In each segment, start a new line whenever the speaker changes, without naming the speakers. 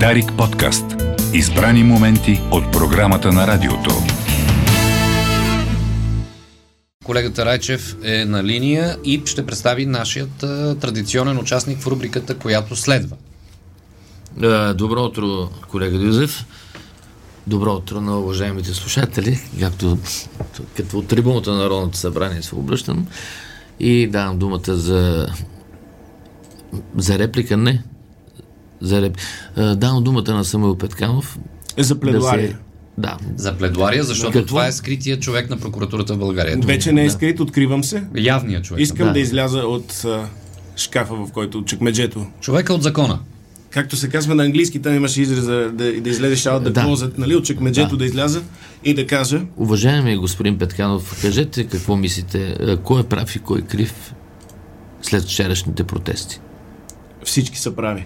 Дарик подкаст. Избрани моменти от програмата на радиото.
Колегата Райчев е на линия и ще представи нашият а, традиционен участник в рубриката, която следва.
Е, Добро утро, колега Юзеф. Добро утро на уважаемите слушатели, както като от трибуната на Народното събрание се обръщам и давам думата за за реплика, не. За реп... Е, Давам думата на Самуил Петканов.
е За пледуария.
Да, се... да.
За пледуария, защото
Какво?
това е скрития човек на прокуратурата в България.
Вече не е скрит, откривам се.
Явният човек.
Искам
Да.
да, изляза от а, шкафа, в който от чекмеджето.
Човека от закона.
Както се казва на английски, там имаше израза да, да излезеш out the
Да.
closet, нали, от чекмеджето
Да.
да. изляза и да кажа.
Уважаеми господин Петканов, кажете какво мислите, е, кой е прав и кой е крив след вчерашните протести?
всички са прави.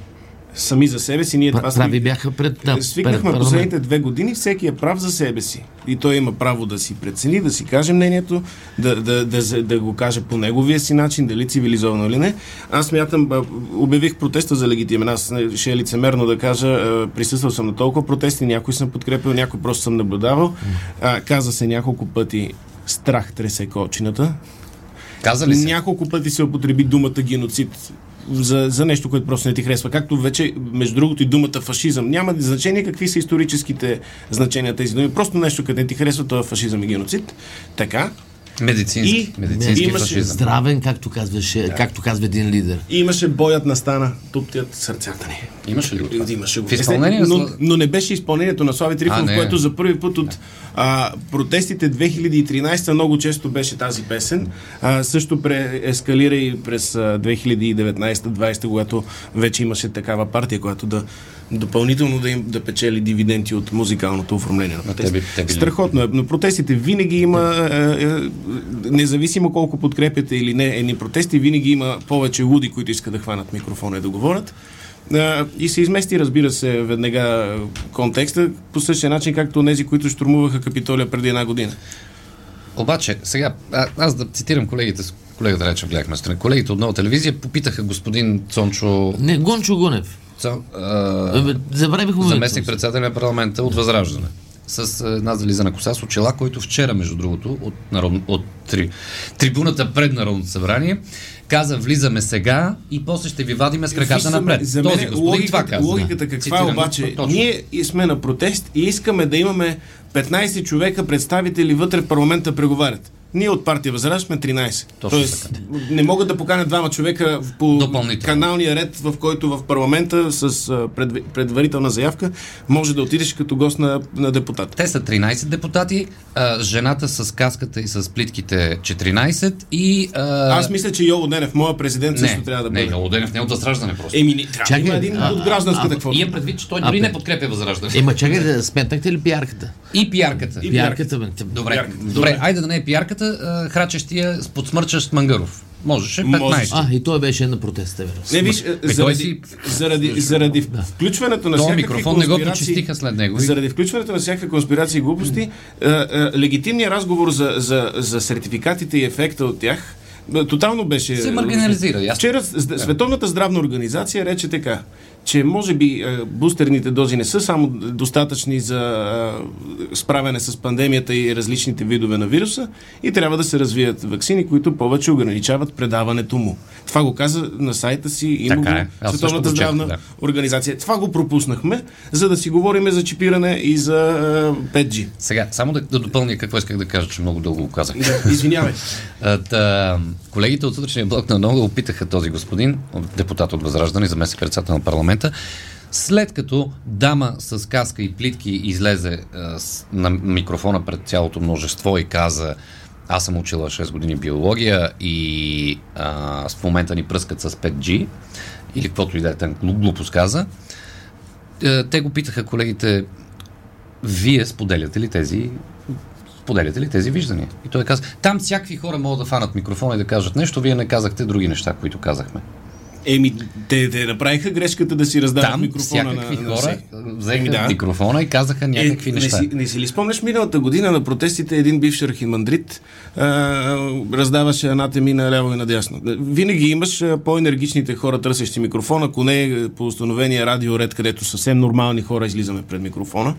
Сами за себе си ние Е, това
Пра- Прави бяха пред, да, пред
Е, свикнахме
парламент.
последните две години, всеки е прав за себе си. И той има право да си прецени, да си каже мнението, да, да, да, за- да го каже по неговия си начин, дали цивилизовано или не. Аз мятам, а, обявих протеста за легитимен. Аз не- ще е лицемерно да кажа, а, присъствал съм на толкова протести, някой съм подкрепил, някой просто съм наблюдавал. А, каза се няколко пъти страх тресе кочината.
Каза ли Нали се?
Няколко пъти Нали се употреби думата геноцид за, за нещо, което просто не ти харесва. Както вече, между другото, и думата фашизъм. Няма значение какви са историческите значения на тези думи. Просто нещо, къде не ти харесва, това е фашизъм и геноцид. Така.
Медицински.
И-
медицински
имаше
фашизъм.
Здравен, както, казваше, както казва един лидер.
И имаше боят на стана, туптят сърцата ни.
Имаше ли го това?
Имаше го. Е,
В изпълнение на
но,
сла-
но не беше изпълнението на Слави
А,
Трифонов,
не.
което за първи път от а, протестите 2013 много често беше тази песен. А, също преескалира и през 2019-2020, когато вече имаше такава партия, която да допълнително да им да печели дивиденти от музикалното оформление на
те
протеста.
би- те били-
Страхотно е, но протестите винаги има, е, е, независимо колко подкрепяте или не едни протести, винаги има повече луди, които искат да хванат микрофона и да говорят. Е, И се измести, разбира се, веднага е, контекста, по същия начин, както тези, които штурмуваха Капитолия преди една година.
Обаче, сега, а, аз да цитирам колегите, с- колегата Райчев гледахме страна. Колегите от нова телевизия попитаха господин Цончо,
Не, Гончо Гунев. Ами,
Цон, а,
Абе, Забравих му
заместник председател на парламента от Възраждане. С а, една зализана коса с очела, който вчера, между другото, от, народ... от три... трибуната пред Народното събрание, каза влизаме сега и после ще ви вадиме с краката
Виж, за мен-
напред.
За мен
Този господин това
логиката,
каза.
логиката
да.
каква
Цитирам
е обаче?
точно.
Ние и сме на протест и искаме да имаме 15 човека представители вътре в парламента преговарят. Ние от партия Възраждане сме 13.
Точно
Тоест, не могат да поканят двама човека в- по
Допълнително.
каналния ред, в който в парламента с а, предв- предварителна заявка може да отидеш като гост на, на депутат.
Те са 13 депутати, а, жената с каската и с плитките 14 и... А...
Аз мисля, че Йоло Денев, моя президент, също
не,
трябва да
не,
бъде.
Йоло Денев не е от Възраждане просто.
Еми, не, трябва да
Чакай,
има един
а-
от гражданската какво.
И е предвид, че той дори не подкрепя Възраждане.
Ема чакай, да сметнахте ли пиарката?
И пиарката.
И
Пиарката, бе.
Добре,
Пиарката.
добре.
Добре.
айде да не е пиарката, а, храчещия с подсмърчащ Мангаров. Можеше 15.
Можеше.
А, и той беше на протеста, вероятно.
Не, виж,
Ами той
е, заради,
си-
заради, заради включването на
Този
всякакви
микрофон не го
конспирации-
почистиха след него.
Заради включването на всякакви конспирации и глупости, е, е, легитимният разговор за, за, за сертификатите и ефекта от тях е, тотално беше...
Се маргинализира, ясно.
Вчера с- с- Световната здравна организация рече така, че може би е, бустерните дози не са само достатъчни за е, справяне с пандемията и различните видове на вируса и трябва да се развият вакцини, които повече ограничават предаването му. Това го каза на сайта си, има
Така
го
е. Аз също
Световната
го чаках,
здравна
да.
организация. Това го пропуснахме, за да си говорим за чипиране и за е, 5G.
Сега, само да, да допълня какво исках да кажа, че много дълго го казах.
Да, Извинявай.
А, Е, Та, колегите от сутрешния блок на Нога опитаха този господин, депутат от Възраждане, заместник председател на парламента, след като дама с каска и плитки излезе а, с, на микрофона пред цялото множество и каза аз съм учила 6 години биология и а, в момента ни пръскат с 5G или каквото и да е там глу- глупост каза. Е, Те го питаха колегите вие споделяте ли тези споделяте ли тези виждания? И той каза, там всякакви хора могат да фанат микрофона и да кажат нещо, вие не казахте други неща, които казахме.
Еми, те, те направиха грешката да си раздават
Там
микрофона на,
всякакви
на
хора
всеки.
взеха
Ами да.
микрофона и казаха някакви
е,
неща.
Не си, не си ли спомняш миналата година на протестите един бивш архимандрит а, раздаваше анатеми на ляво и надясно? Винаги имаш а, по-енергичните хора, търсещи микрофона, ако не е по установения радиоред, където съвсем нормални хора излизаме пред микрофона.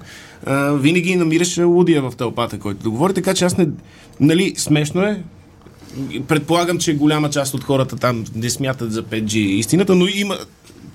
А, винаги намираш лудия в тълпата, който да говори, така че аз не... Нали, смешно е, предполагам, че голяма част от хората там не смятат за 5G истината, но има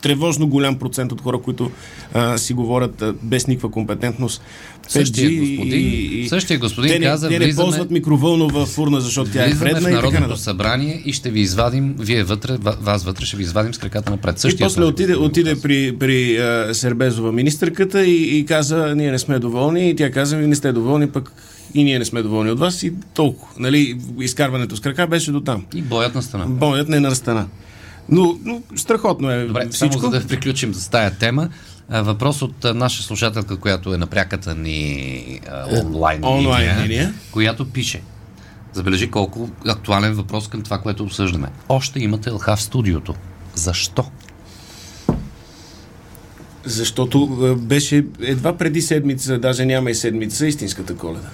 тревожно голям процент от хора, които а, си говорят а, без никаква компетентност. 5G
Същия господин,
и, и...
същия господин
те не,
каза,
те не
влизаме-
ползват микровълнова фурна, защото тя е
Влизаме в
вредна и така
Народното
нататък.
събрание и ще ви извадим, вие вътре, ва- вас вътре, ще ви извадим с краката напред.
И
Същия
после
този
отиде,
господин го
отиде
каза.
при, при а, Сербезова министърката и, и каза, ние не сме доволни. И тя каза, вие не сте доволни, пък и ние не сме доволни от вас. И толкова. Нали, изкарването с крака беше до там.
И боят на стена.
Боят не настана. Но, но страхотно е
Добре,
всичко.
само за да приключим с тая тема. а, Въпрос от а, наша слушателка, която е на пряката ни а, онлайн,
Е, онлайн
линия,
линия.
която пише. Забележи колко актуален въпрос към това, което обсъждаме. Още имате ЛХ в студиото. Защо?
Защото а, беше едва преди седмица, даже няма и седмица, истинската коледа.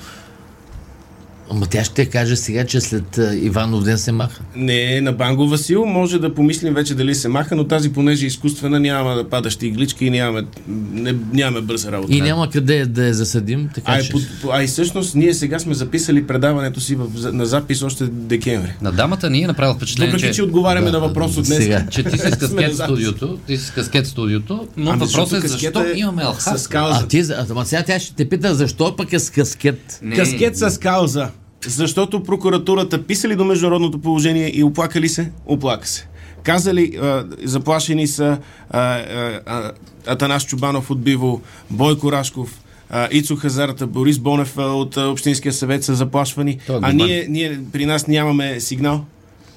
Ама тя ще каже сега, че след а, Иванов ден се маха.
Не, е на Банго Васил може да помислим вече дали се маха, но тази, понеже е изкуствена, няма да падащи иглички и нямаме, не, нямаме бърза работа.
И няма къде да я засадим, така
а,
че...
и под, а и всъщност ние сега сме записали предаването си в, на запис още декември.
На дамата ни е направила впечатление,
Въпреки, че отговаряме на въпрос от днес.
сега.
че ти си с
Сме на
каскет
запис.
студиото, ти си с каскет студиото, но
Ами,
въпросът е
защото
защо
каскета е
имаме ЛХ.
С кауза.
А ти, за- ама сега тя ще те пита, защо пък е с каскет?
Не,
Каскет с кауза. Защото прокуратурата писали до международното положение и оплакали се? Оплака се. Казали, а, заплашени са а, а, а, Атанас Чубанов от Биво, Бойко Рашков, а, Ицо Хазарта, Борис Бонев а, от а, Общинския съвет са заплашвани.
Той е
а
глобален.
ние, ние при нас нямаме сигнал.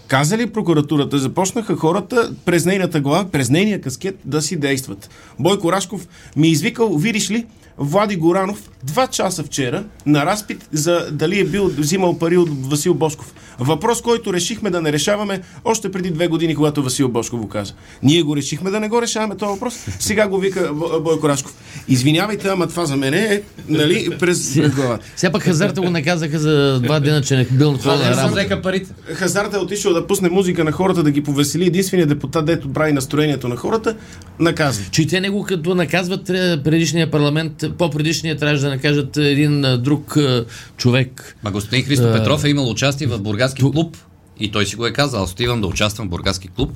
Каза ли прокуратурата, започнаха хората през нейната глава, през нейния каскет да си действат. Бойко Рашков ми е извикал, видиш ли, Влади Горанов два часа вчера на разпит за дали е бил взимал пари от Васил Бошков. Въпрос, който решихме да не решаваме още преди две години, когато Васил Бошков го каза. Ние го решихме да не го решаваме този въпрос. Сега го вика Бо- Бойко Рашков. Извинявайте, ама това за мен е, нали, през, през главата.
Сега пък хазарта го наказаха за два дена, че не е бил на
Това
хора
не
на
е
работа.
взеха парите.
Хазарта е отишъл да пусне музика на хората, да ги повесели. Единственият депутат, дето прави настроението на хората, наказва.
Че те него като наказват тря- предишния парламент, по-предишния трябваше да накажат един а, друг а, човек.
Ма господин Христо Петров е имал участие в бургаски клуб и той си го е казал, отивам да участвам в бургаски клуб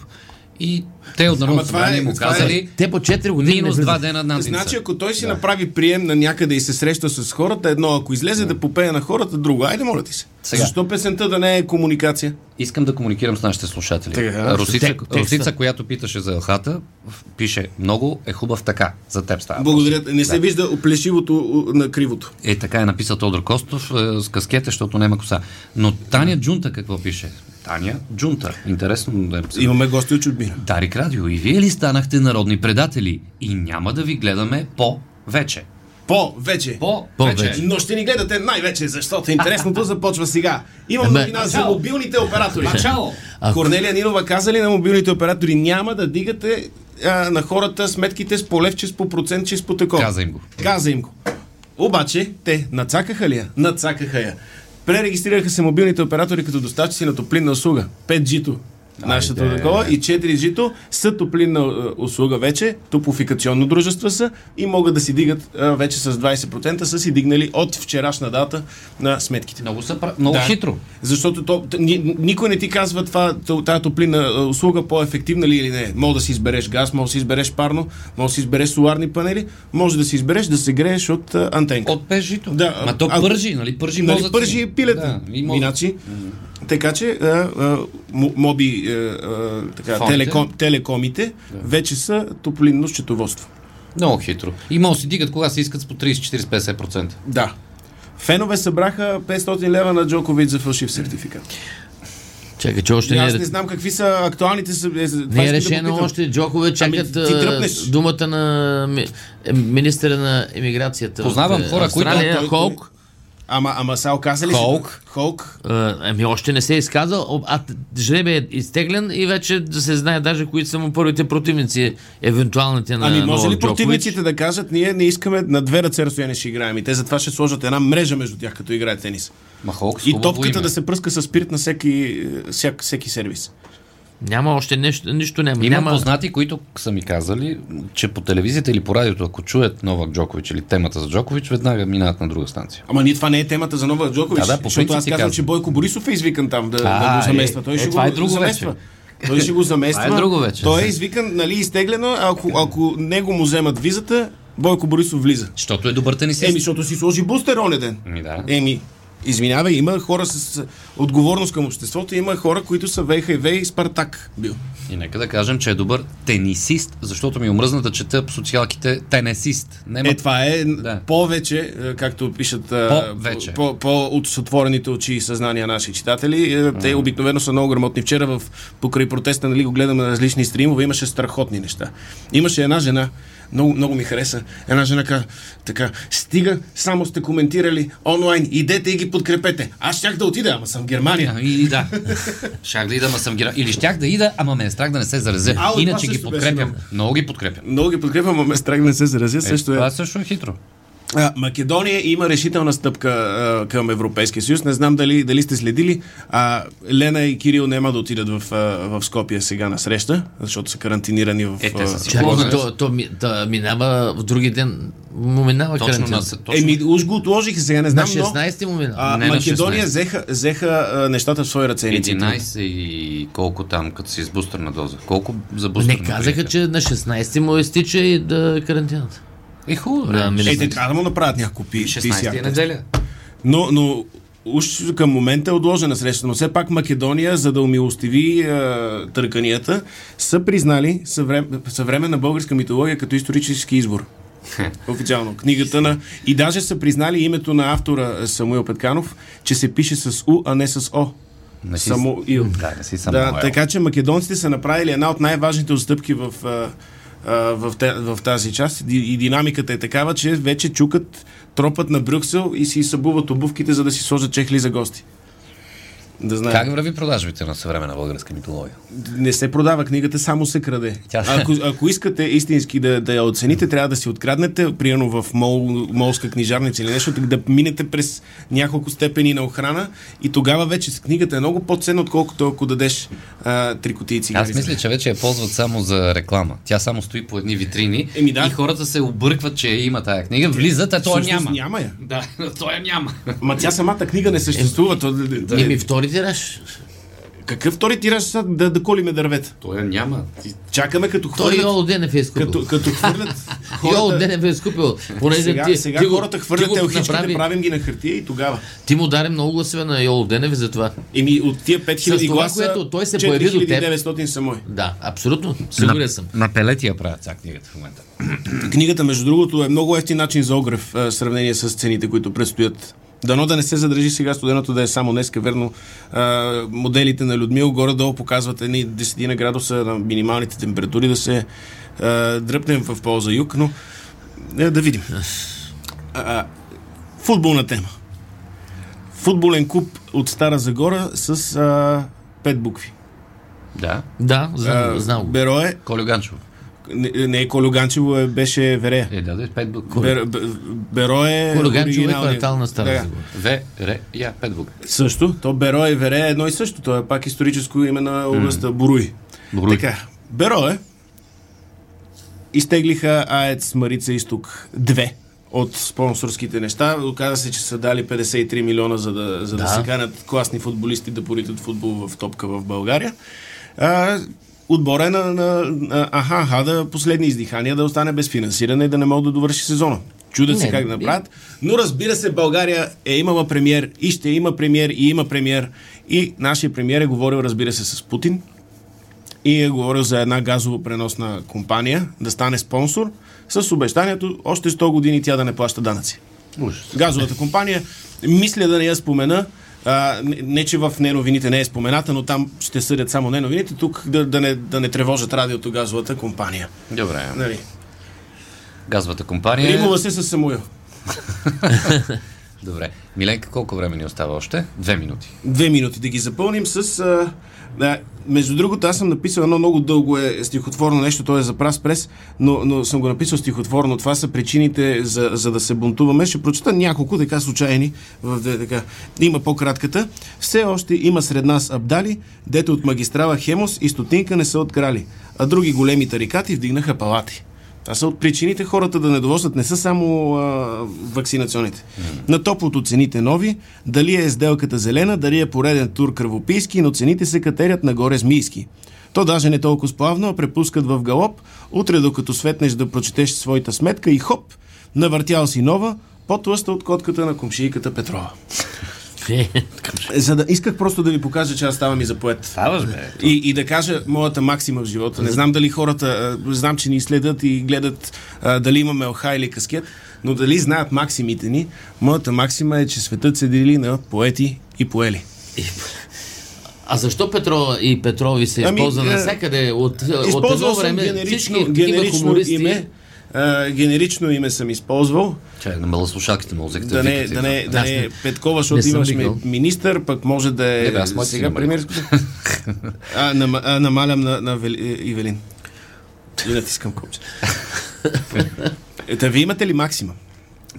и те от Народното
това е-
събрание му
това е-
казали
Нали? Те по 4 години
минус
не
два
влизат.
дена над
Значи, ако той си направи прием на някъде и се среща с хората, едно, ако излезе да попее на хората, друго. Айде, моля ти се.
Сега.
Защо песента да не е комуникация?
Искам да комуникирам с нашите слушатели.
Така,
Русица,
тек- текста.
Русица, която питаше за елхата, пише много е хубав така. За теб става.
Благодаря. Не се вижда оплешивото у, на кривото.
Е, така е написал Тодор Костов е, с каскета, защото няма коса. Но Таня Джунта какво пише? Таня Джунта. Интересно да е.
Имаме гости от чужбина.
Дарик Радио, и вие ли станахте народни предатели? И няма да ви гледаме по-вече.
По, вече.
По-вече.
Но ще ни гледате най-вече, защото интересното започва сега. Имам
Ебе.
новина за мобилните оператори.
Начало!
Ако-
Корнелия Нинова каза ли на мобилните оператори няма да дигате а, на хората сметките с полевче, с по процентче, с по такова?
Каза им го.
Каза им го. Обаче те нацакаха ли я? Нацакаха я. Пререгистрираха се мобилните оператори като доставчици на топлинна услуга. 5G-то. Нашето такова и 4G-то са топлинна а, услуга вече, топлофикационно дружество са и могат да си дигат а, вече с 20% са си дигнали от вчерашна дата на сметките.
Много, са, пра- много хитро.
Защото то, т- ни, никой не ти казва това, т- тази топлина а, е, услуга по-ефективна ли е или не. Може да си избереш газ, може да си избереш парно, може да си избереш соларни панели, може да си избереш да се грееш от а, антенка.
От пежито.
Да,
Ма то
а-
пържи, нали? Пържи
нали,
мозъци.
пържи и пилета.
Да, и
Да,
мозъци.
Иначе, така че, а, а, м- моби, а, а, така,
Фондите.
телеком, телекомите вече са топлинно счетоводство.
Много хитро. И може да си дигат кога се искат с по 30-40-50%.
Да. Фенове събраха 500 лева на Джокович за фалшив сертификат.
Чакай, че още
И
не е,
аз не знам какви са актуалните... съ- е, за-
не е
това искам да
решено
попитам.
още. Джокове чакат
Ами, ти тръпнеш.
а, думата на ми, е, министъра на емиграцията.
Познавам
в, е,
хора, които-
Австралия,
Той-
Холк.
Ама, ама сега оказа ли се-
Холк?
Холк.
Е,
А, Еми, още не се е изказал, об- а т- жребе е изтеглен и вече да се знае даже кои са му първите противници, евентуалните на
Ами може
Новак
ли
Джокович.
противниците да кажат, ние не искаме на две ръце разстояние ще играем и те затова ще сложат една мрежа между тях, като играе тенис.
Ма Холк, с
И
хубаво
топката
име.
да се пръска с спирт на всеки, е, всяк, всеки сервис.
Няма още нещо, нищо няма.
Имам
няма...
познати, които са ми казали, че по телевизията или по радиото, ако чуят Новак Джокович или темата за Джокович, веднага минават на друга станция.
Ама ние това не е темата за Нова Джокович,
Да, да, по
защото аз
принцип ти
казвам,
казвам.
че Бойко Борисов е извикан там да,
А,
да го замества.
е,
Той
е,
ще
това
го
е друго
замества. Той ще го замества.
Това е друго вече.
Той е извикан, нали, изтеглено, ако, ако него му вземат визата, Бойко Борисов влиза.
Защото е добър тенисист.
Еми, защото си сложи бустер оня ден.
Ми Ами да.
Еми, извинявай, има хора с отговорност към обществото, има хора, които са ВХВ и Спартак бил.
И нека да кажем, че е добър тенисист, защото ми омръзна да чета по социалките тенесист. Нема...
Е, това е
Да.
повече, е, както пишат а,
Повече.
по, по, от с отворените очи и съзнания наши читатели. Е, Те обикновено са много грамотни. Вчера в, покрай протеста нали, го гледаме на различни стримове, имаше страхотни неща. Имаше една жена, много, много ми хареса, една жена ка, така, стига, само сте коментирали онлайн, идете и ги подкрепете. Аз щях да отида, ама съм в Германия.
А, И, и да. Щях да ида, ама съм гера. Или щях да ида, ама ме е страх да не се заразя.
Ало, това
Иначе ги
също
подкрепям.
беше
Много ги подкрепям.
Много ги подкрепям, ама ме страх да не се заразя. също е.
Това също е хитро.
А, Македония има решителна стъпка а, към Европейския съюз. Не знам дали, дали сте следили. А, Лена и Кирил няма да отидат в, а, в Скопия сега на среща, защото са карантинирани в...
Е, те са
а,
си
Чакай,
Познат.
то, то, ми- та минава в други ден. Му минава
Точно
карантина.
на, точно
Еми, уж го отложих и сега
На
не знам, но...
16-ти му минава.
А,
Не на 16.
Македония взеха, взеха а, нещата в свои ръце. инициативно.
11 и колко там, като си с бустерна доза? Колко за бустерна
Не казаха,
приеха?
че на 16-ти му изтича и да карантината.
Е, хубаво.
Да, ми-
Е, те трябва да му направят някакво пи,
16 е
PCR.
неделя.
Но, но уж към момента е отложена среща, но все пак Македония, за да умилостиви е, търканията, са признали съврем, съвременна българска митология като исторически избор. Официално. Книгата на... И даже са признали името на автора е, Самуил Петканов, че се пише с У, а не с О.
Не си-
Самуил.
Да, не си само.
Да, така че македонците са направили една от най-важните отстъпки в, а, а, в, те- в тази част и, и динамиката е такава, че вече чукат тропът на Брюксел и си събуват обувките, за да си сложат чехли за гости. Да знаем.
Как върви продажбите на съвременна българска митология?
Не се продава книгата, само се краде.
Тя-
Ако, ако искате истински да, да я оцените, трябва да си откраднете, примерно в мол, молска книжарница или нещо, да минете през няколко степени на охрана и тогава вече с книгата е много по-ценна, отколкото ако дадеш а, три нали? кутии цигари.
Аз мисля, че вече я ползват само за реклама. Тя само стои по едни витрини
Еми да.
и хората се объркват, че я има тая книга, влизат, а то я
Всъщност
няма.
няма я.
Да, той я няма.
Ма тя самата книга не съществува. То, да, да,
Еми, втори тираж.
какъв втори тираж са да, да колиме дървета?
Той я няма. Ти-
Чакаме като
Той
хвърлят...
Йоло Денев е изкупил.
Като, като хвърлят
Йоло
хората...
Денев е изкупил. Понеже
Сега,
ти,
сега
ти го-
хората
ти
хвърлят
го
елхичките,
направи-
правим ги на хартия и тогава.
Ти му даде много гласове на Йоло Денев за това.
Еми от тия 5000
С това,
гласа,
което той се появи до теб.
4900 са мои.
Да, абсолютно. Сигурен съм.
На пелети я правят ця книгата в момента.
Книгата, между другото, е много ефтин начин за огрев а, в сравнение с цените, които предстоят. Дано да не се задържи сега студеното да е само днеска, верно. А, моделите на Людмил горе-долу показват едни десетина градуса на минималните температури да се а, дръпнем в полза юг, но е, да видим. А, а, футболна тема. Футболен клуб от Стара Загора с а, пет букви.
Да.
Да, знам,
А,
знам го.
Берое,
Колю Ганчов.
не, не е Колю Ганчево, е- беше Верея.
Е, да, да, пет букви.
Бер, бе- Беро е
Курган човек
оригиналният.
квартал на Стара
Да.
Загора.
В, Р, Я, пет букви.
Също. То Беро е Вере е едно и също. То е пак историческо име на областта Боруй.
Боруй.
Така. Беро е. Изтеглиха АЕЦ Марица Изток 2 от спонсорските неща. Оказа се, че са дали 53 милиона, за да, за да.
Да.
се канят класни футболисти да поритат футбол в топка в България. А, отбора е на, на, на Аха Хада последни издихания да остане без финансиране и да не могат да довърши сезона. Чудят се
Не,
как да
не-
направят. Но разбира се, България е имала премьер и ще има премьер и има премьер. И нашия премьер е говорил, разбира се, с Путин и е говорил за една газово преносна компания да стане спонсор с обещанието още 100 години тя да не плаща данъци. Газовата компания, мисля да не я спомена, а, не, не че в неновините не е спомената, но там ще съдят само неновините, тук да, да, не, да не тревожат радиото газовата компания.
Добре.
Нали?
Газовата компания. е-
Ригува се с Самуил.
Добре. Миленка, колко време ни остава още? Две минути.
Две минути да ги запълним с... А, да, между другото, аз съм написал едно много дълго е стихотворно нещо, то е за прас прес, но, но съм го написал стихотворно. Това са причините за, за да се бунтуваме. Ще прочета няколко така случайни. В, да, така. Има по-кратката. Все още има сред нас абдали, дето от магистрала Хемос и стотинка не са открали, а други големи тарикати вдигнаха палати. Това са от причините хората да недоволстват не са само а, вакцинационните. Mm. На топлото цените нови, дали е сделката зелена, дали е пореден тур кръвопийски, но цените се катерят нагоре змийски. То даже не толкова сплавно, а препускат в галоп, утре докато светнеш да прочетеш своята сметка и хоп, навъртял си нова, по-тлъста от котката на комшийката Петрова.
Е,
За да, исках просто да ви покажа, че аз ставам и за поет.
Ставаш, бе.
И, и да кажа моята максима в живота. Не знам дали хората, а, знам, че ни следят и гледат а, дали имаме оха или каскет, но дали знаят максимите ни, моята максима е, че светът се дели на поети и поели.
А защо Петро и Петрови се
Ами,
използва
е,
навсякъде? От, от
Използвал
едно
съм
време
генерично,
всички такива
генерично
хумористи...
име. А, генерично име съм използвал.
Чай, на малослушалките му взехте.
Да не,
викате.
да не, да
Аз
не
не-
е Петкова,
не
защото
съм
имаш
викал.
ми- министър, пък може да е
Не, бе, аз моите
сега
си намалих.
премиер. а, нам, а, намалям на, на Вели, е, Ивелин. И натискам копче. Ета, вие имате ли максима?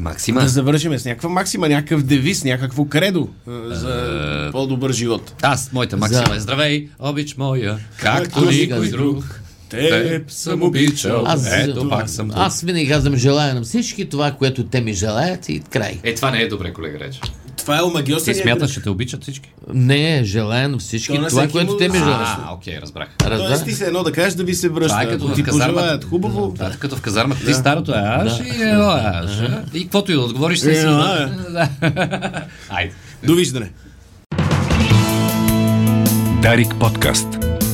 Максима.
Да завършим с някаква максима, някакъв девиз, някакво кредо а,
Е,
за по-добър живот.
Аз, моята максима
За-
е здравей, обич моя, както
Както
никой
никой
друг. Теб съм обичал,
Аз,
ето пак съм тук.
аз винаги казвам желая на всички това, което те ми желаят и край.
Е, това не е добре, колега Реч.
Това е
Ти
омагиосен.
смяташ, че те обичат всички?
Не, е желая на всички
То на
това,
всеки
което
му-
те ми желаят.
А, окей, разбрах.
Тоест ти
Разбира?
се едно да кажеш да ви се връща.
Това е като
Ако ти
в казармата.
пожелаят хубаво.
Това е като в казармата. Ти старото е аж и е аж. И каквото и да отговориш, се си.
Е, а,
Да. Айде.
Довиждане.
Дарик подкаст.